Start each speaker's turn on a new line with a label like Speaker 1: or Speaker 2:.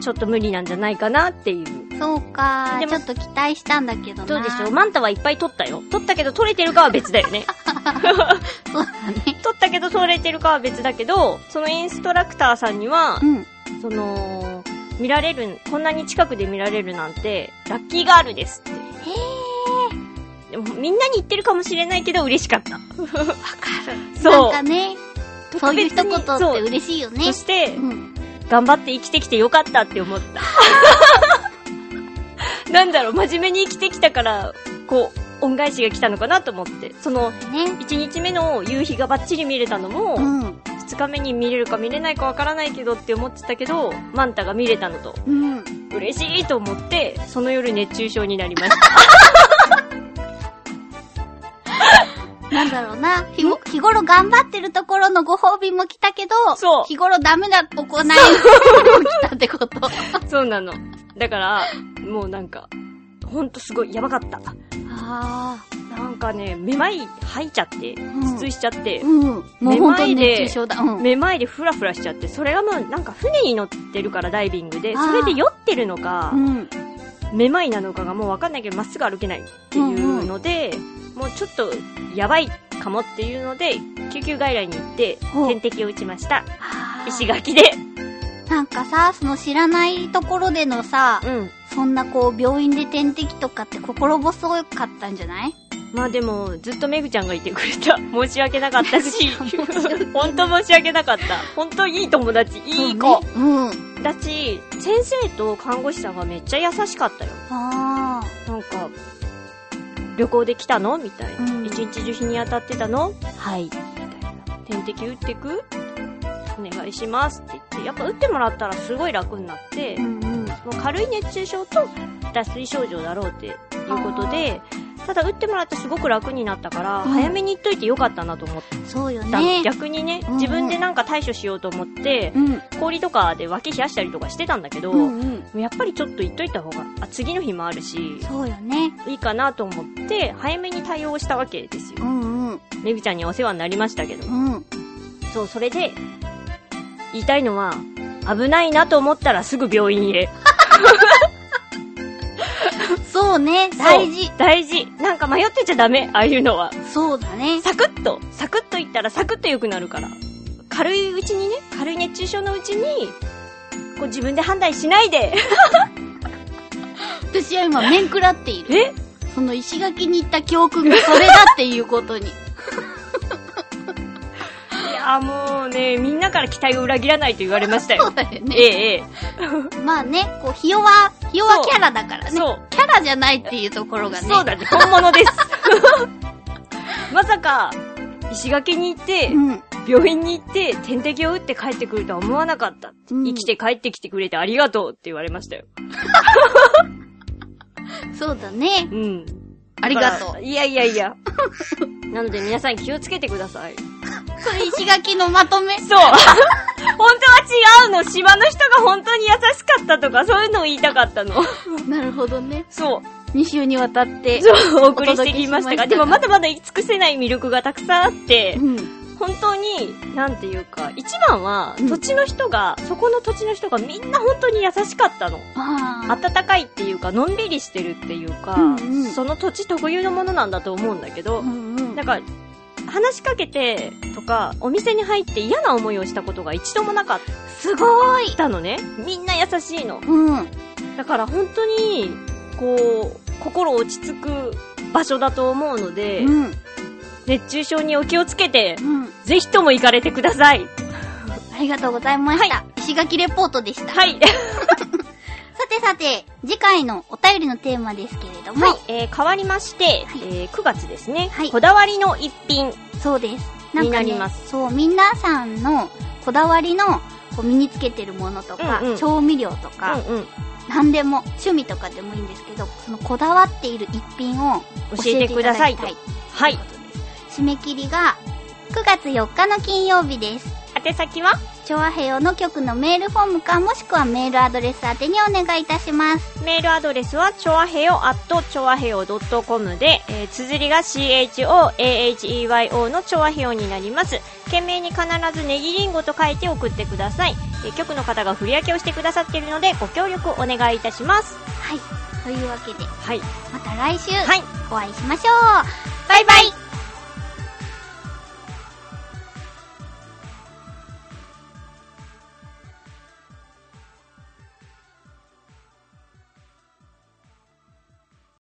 Speaker 1: ちょっと無理なんじゃないかなっていう
Speaker 2: そうか
Speaker 1: で
Speaker 2: ー。
Speaker 1: も
Speaker 2: ちょっと期待したんだけどな。
Speaker 1: どうでしょうマンタはいっぱい取ったよ取ったけど取れてるかは別だよ ね
Speaker 2: そうだね。
Speaker 1: 取ったけど取れてるかは別だけどそのインストラクターさんには
Speaker 2: うん。
Speaker 1: その見られるこんなに近くで見られるなんてラッキーガールですって
Speaker 2: へ
Speaker 1: でもみんなに言ってるかもしれないけど嬉しかった
Speaker 2: ー、わかる。
Speaker 1: そう
Speaker 2: なんかね、そう
Speaker 1: 特
Speaker 2: いう
Speaker 1: 別
Speaker 2: 一
Speaker 1: に
Speaker 2: 言って
Speaker 1: そう
Speaker 2: 嬉しいよね
Speaker 1: そ。して、
Speaker 2: うん。
Speaker 1: 頑張って生きてきてよかったって思 った。なんだろう、真面目に生きてきたから、こう、恩返しが来たのかなと思って。その、
Speaker 2: ね。
Speaker 1: 1日目の夕日がバッチリ見れたのも、
Speaker 2: うん。
Speaker 1: 2日目に見れるか見れないかわからないけどって思ってたけど、マンタが見れたのと、
Speaker 2: うん。
Speaker 1: 嬉しいと思って、その夜熱中症になりました。
Speaker 2: なんだろうな。日ご日頃頑張ってるところのご褒美も来たけど、
Speaker 1: そう
Speaker 2: 日頃ダメな行いも 来たってこと。
Speaker 1: そうなの。だから、もうなんか、ほんとすごい、やばかった。
Speaker 2: あ
Speaker 1: なんかね、めまい吐いちゃって、
Speaker 2: ん
Speaker 1: 頭痛しちゃって
Speaker 2: ー。、うん。もう本当に
Speaker 1: めまいで
Speaker 2: 熱中症だ。うん。
Speaker 1: めまいでフラフラしちゃって、それがもうなんか船に乗ってるからダイビングで、
Speaker 2: あー
Speaker 1: それで酔ってるのか
Speaker 2: う、ん。
Speaker 1: めまいなのかがもうわかんないけど、まっすぐ歩けないっていうので、もうちょっとやばいかもっていうので、救急外来に行って、
Speaker 2: ほう
Speaker 1: 点滴を打ちました。
Speaker 2: あー
Speaker 1: 石垣で。
Speaker 2: なんかさ、その知らないところでのさ、
Speaker 1: うん。
Speaker 2: そんなこう病院で点滴とかって心細かったんじゃない
Speaker 1: まあでも、ずっとメグちゃんがいてくれ た。申し訳なかったし
Speaker 2: 確かに申し訳、
Speaker 1: 本当申し訳なかった。本当いい友達、いい子。
Speaker 2: うん。
Speaker 1: だし、先生と看護師さんがめっちゃ優しかったよ。
Speaker 2: あ
Speaker 1: なんか、旅行で来たのみたいな。
Speaker 2: うん
Speaker 1: 一日中日に当たってたのはい。みたいな。点滴打ってくお願いしますって言って、やっぱ打ってもらったらすごい楽になって、
Speaker 2: ー。うんうん。
Speaker 1: もう軽い熱中症と脱水症状だろうっていうことで、ただ打ってもらってすごく楽になったから、
Speaker 2: うん
Speaker 1: 早めに行っといてよかったなと思った
Speaker 2: そうよ
Speaker 1: の、
Speaker 2: ね。
Speaker 1: 逆にね、
Speaker 2: うんうん
Speaker 1: 自分でなんか対処しようと思って、
Speaker 2: うん。
Speaker 1: 氷とかで脇冷やしたりとかしてたんだけど、
Speaker 2: うんうん。
Speaker 1: やっぱりちょっと行っといた方が、あ、次の日もあるし、
Speaker 2: そうよね。
Speaker 1: いいかなと思って、早めに対応したわけです
Speaker 2: う
Speaker 1: よ。
Speaker 2: んうん。
Speaker 1: めぐちゃんにお世話になりましたけど。
Speaker 2: うん。
Speaker 1: そう、それで、言いたいのは、危ないなと思ったらすぐ病院へ。
Speaker 2: そうね。大事
Speaker 1: そう。。大事。なんか迷ってちゃダメ、ああいうのは。
Speaker 2: そうだね。
Speaker 1: サクッと、サクッと言ったらサクッと良くなるから。軽いうちにね、軽い熱中症のうちに、こう自分で判断しないで。
Speaker 2: 私は今、面食らって いる。
Speaker 1: え
Speaker 2: その石垣に行った教訓がそれだっていうことに。
Speaker 1: いや、もうね、みんなから期待を裏切らないと言われました
Speaker 2: そ
Speaker 1: よ
Speaker 2: う。だよ
Speaker 1: え え
Speaker 2: ね。、
Speaker 1: え
Speaker 2: まあね、こう、ひ弱、ひ弱キャラだから
Speaker 1: え。
Speaker 2: ね。
Speaker 1: そう。
Speaker 2: キャラじゃないっていうところがね。
Speaker 1: そうだね、本物です。 まさか、石垣に行って、
Speaker 2: うん。
Speaker 1: 病院に行って、点滴を打って帰ってくるとは思わなかった。
Speaker 2: うん
Speaker 1: 生きて帰ってきてくれてありがとうって言われましたよ。
Speaker 2: そうだね。
Speaker 1: うん。
Speaker 2: ありがと
Speaker 1: だか
Speaker 2: う
Speaker 1: ら。いやいやいや。 なので皆さん気をつけてください。
Speaker 2: それ石垣のまとめ。
Speaker 1: そう 本当は違うの島の人が本当に優しかったとか、そういうのを言いたかったの。
Speaker 2: なるほどね。
Speaker 1: そう。
Speaker 2: 2週にわたって。
Speaker 1: そう、お送りしてきましたが。
Speaker 2: お届けしました
Speaker 1: でもまだまだ言い尽くせない魅力がたくさんあって、
Speaker 2: うん。
Speaker 1: 本当に、なんていうか、一番は、
Speaker 2: うん
Speaker 1: 土地の人が、そこの土地の人がみんな本当に優しかったの。
Speaker 2: あ
Speaker 1: 暖かいっていうか、のんびりしてるっていうか、
Speaker 2: うんうん
Speaker 1: その土地特有のものなんだと思うんだけ
Speaker 2: あ。
Speaker 1: ど
Speaker 2: う、んうん
Speaker 1: な。んか、話しかけてとか、お店に入って嫌な思いをしたことが一度もなかっ
Speaker 2: すごい。
Speaker 1: たのね。みんな優しいの。
Speaker 2: うん。
Speaker 1: だから本当に、こう、心落ち着く場所だと思うので、
Speaker 2: うん。
Speaker 1: 熱中症にお気をつけて、
Speaker 2: うん。
Speaker 1: ぜひとも行かれてください。
Speaker 2: ありがとうございました。石垣レポートでした。
Speaker 1: はい。
Speaker 2: さてさて、次回のお便りのテーマですけれども、
Speaker 1: はい、 えー変わりまして、
Speaker 2: はい
Speaker 1: えー9月ですね、
Speaker 2: はい
Speaker 1: こだわりの一品。
Speaker 2: そうです。
Speaker 1: になります
Speaker 2: そう、皆さんのこだわりのこう身につけてるものとか、
Speaker 1: うんうん
Speaker 2: 調味料とか、
Speaker 1: うんうん、
Speaker 2: 何でも、趣味とかでもいいんですけど、そのこだわっている一品を
Speaker 1: 教えてください
Speaker 2: 教え
Speaker 1: と
Speaker 2: ていただきと
Speaker 1: はい。
Speaker 2: いうことです。締め切りが9月4日の金曜日です。
Speaker 1: 宛先は、
Speaker 2: 調和平和の局のメールフォームかもしくはメールアドレス宛てにお願いいたします。
Speaker 1: メールアドレスは、ちょわへよ、アット、ちょわへよ .com で、えー、綴りが CHOAHEYO のちょわへよになります。懸命に必ずネギリンゴと書いて送ってください。えー、局の方が振り分けをしてくださっているので、ご協力をお願いいたします。
Speaker 2: はい。というわけで、
Speaker 1: はい。
Speaker 2: また来週
Speaker 1: はい。
Speaker 2: お会いしましょう。バイバイ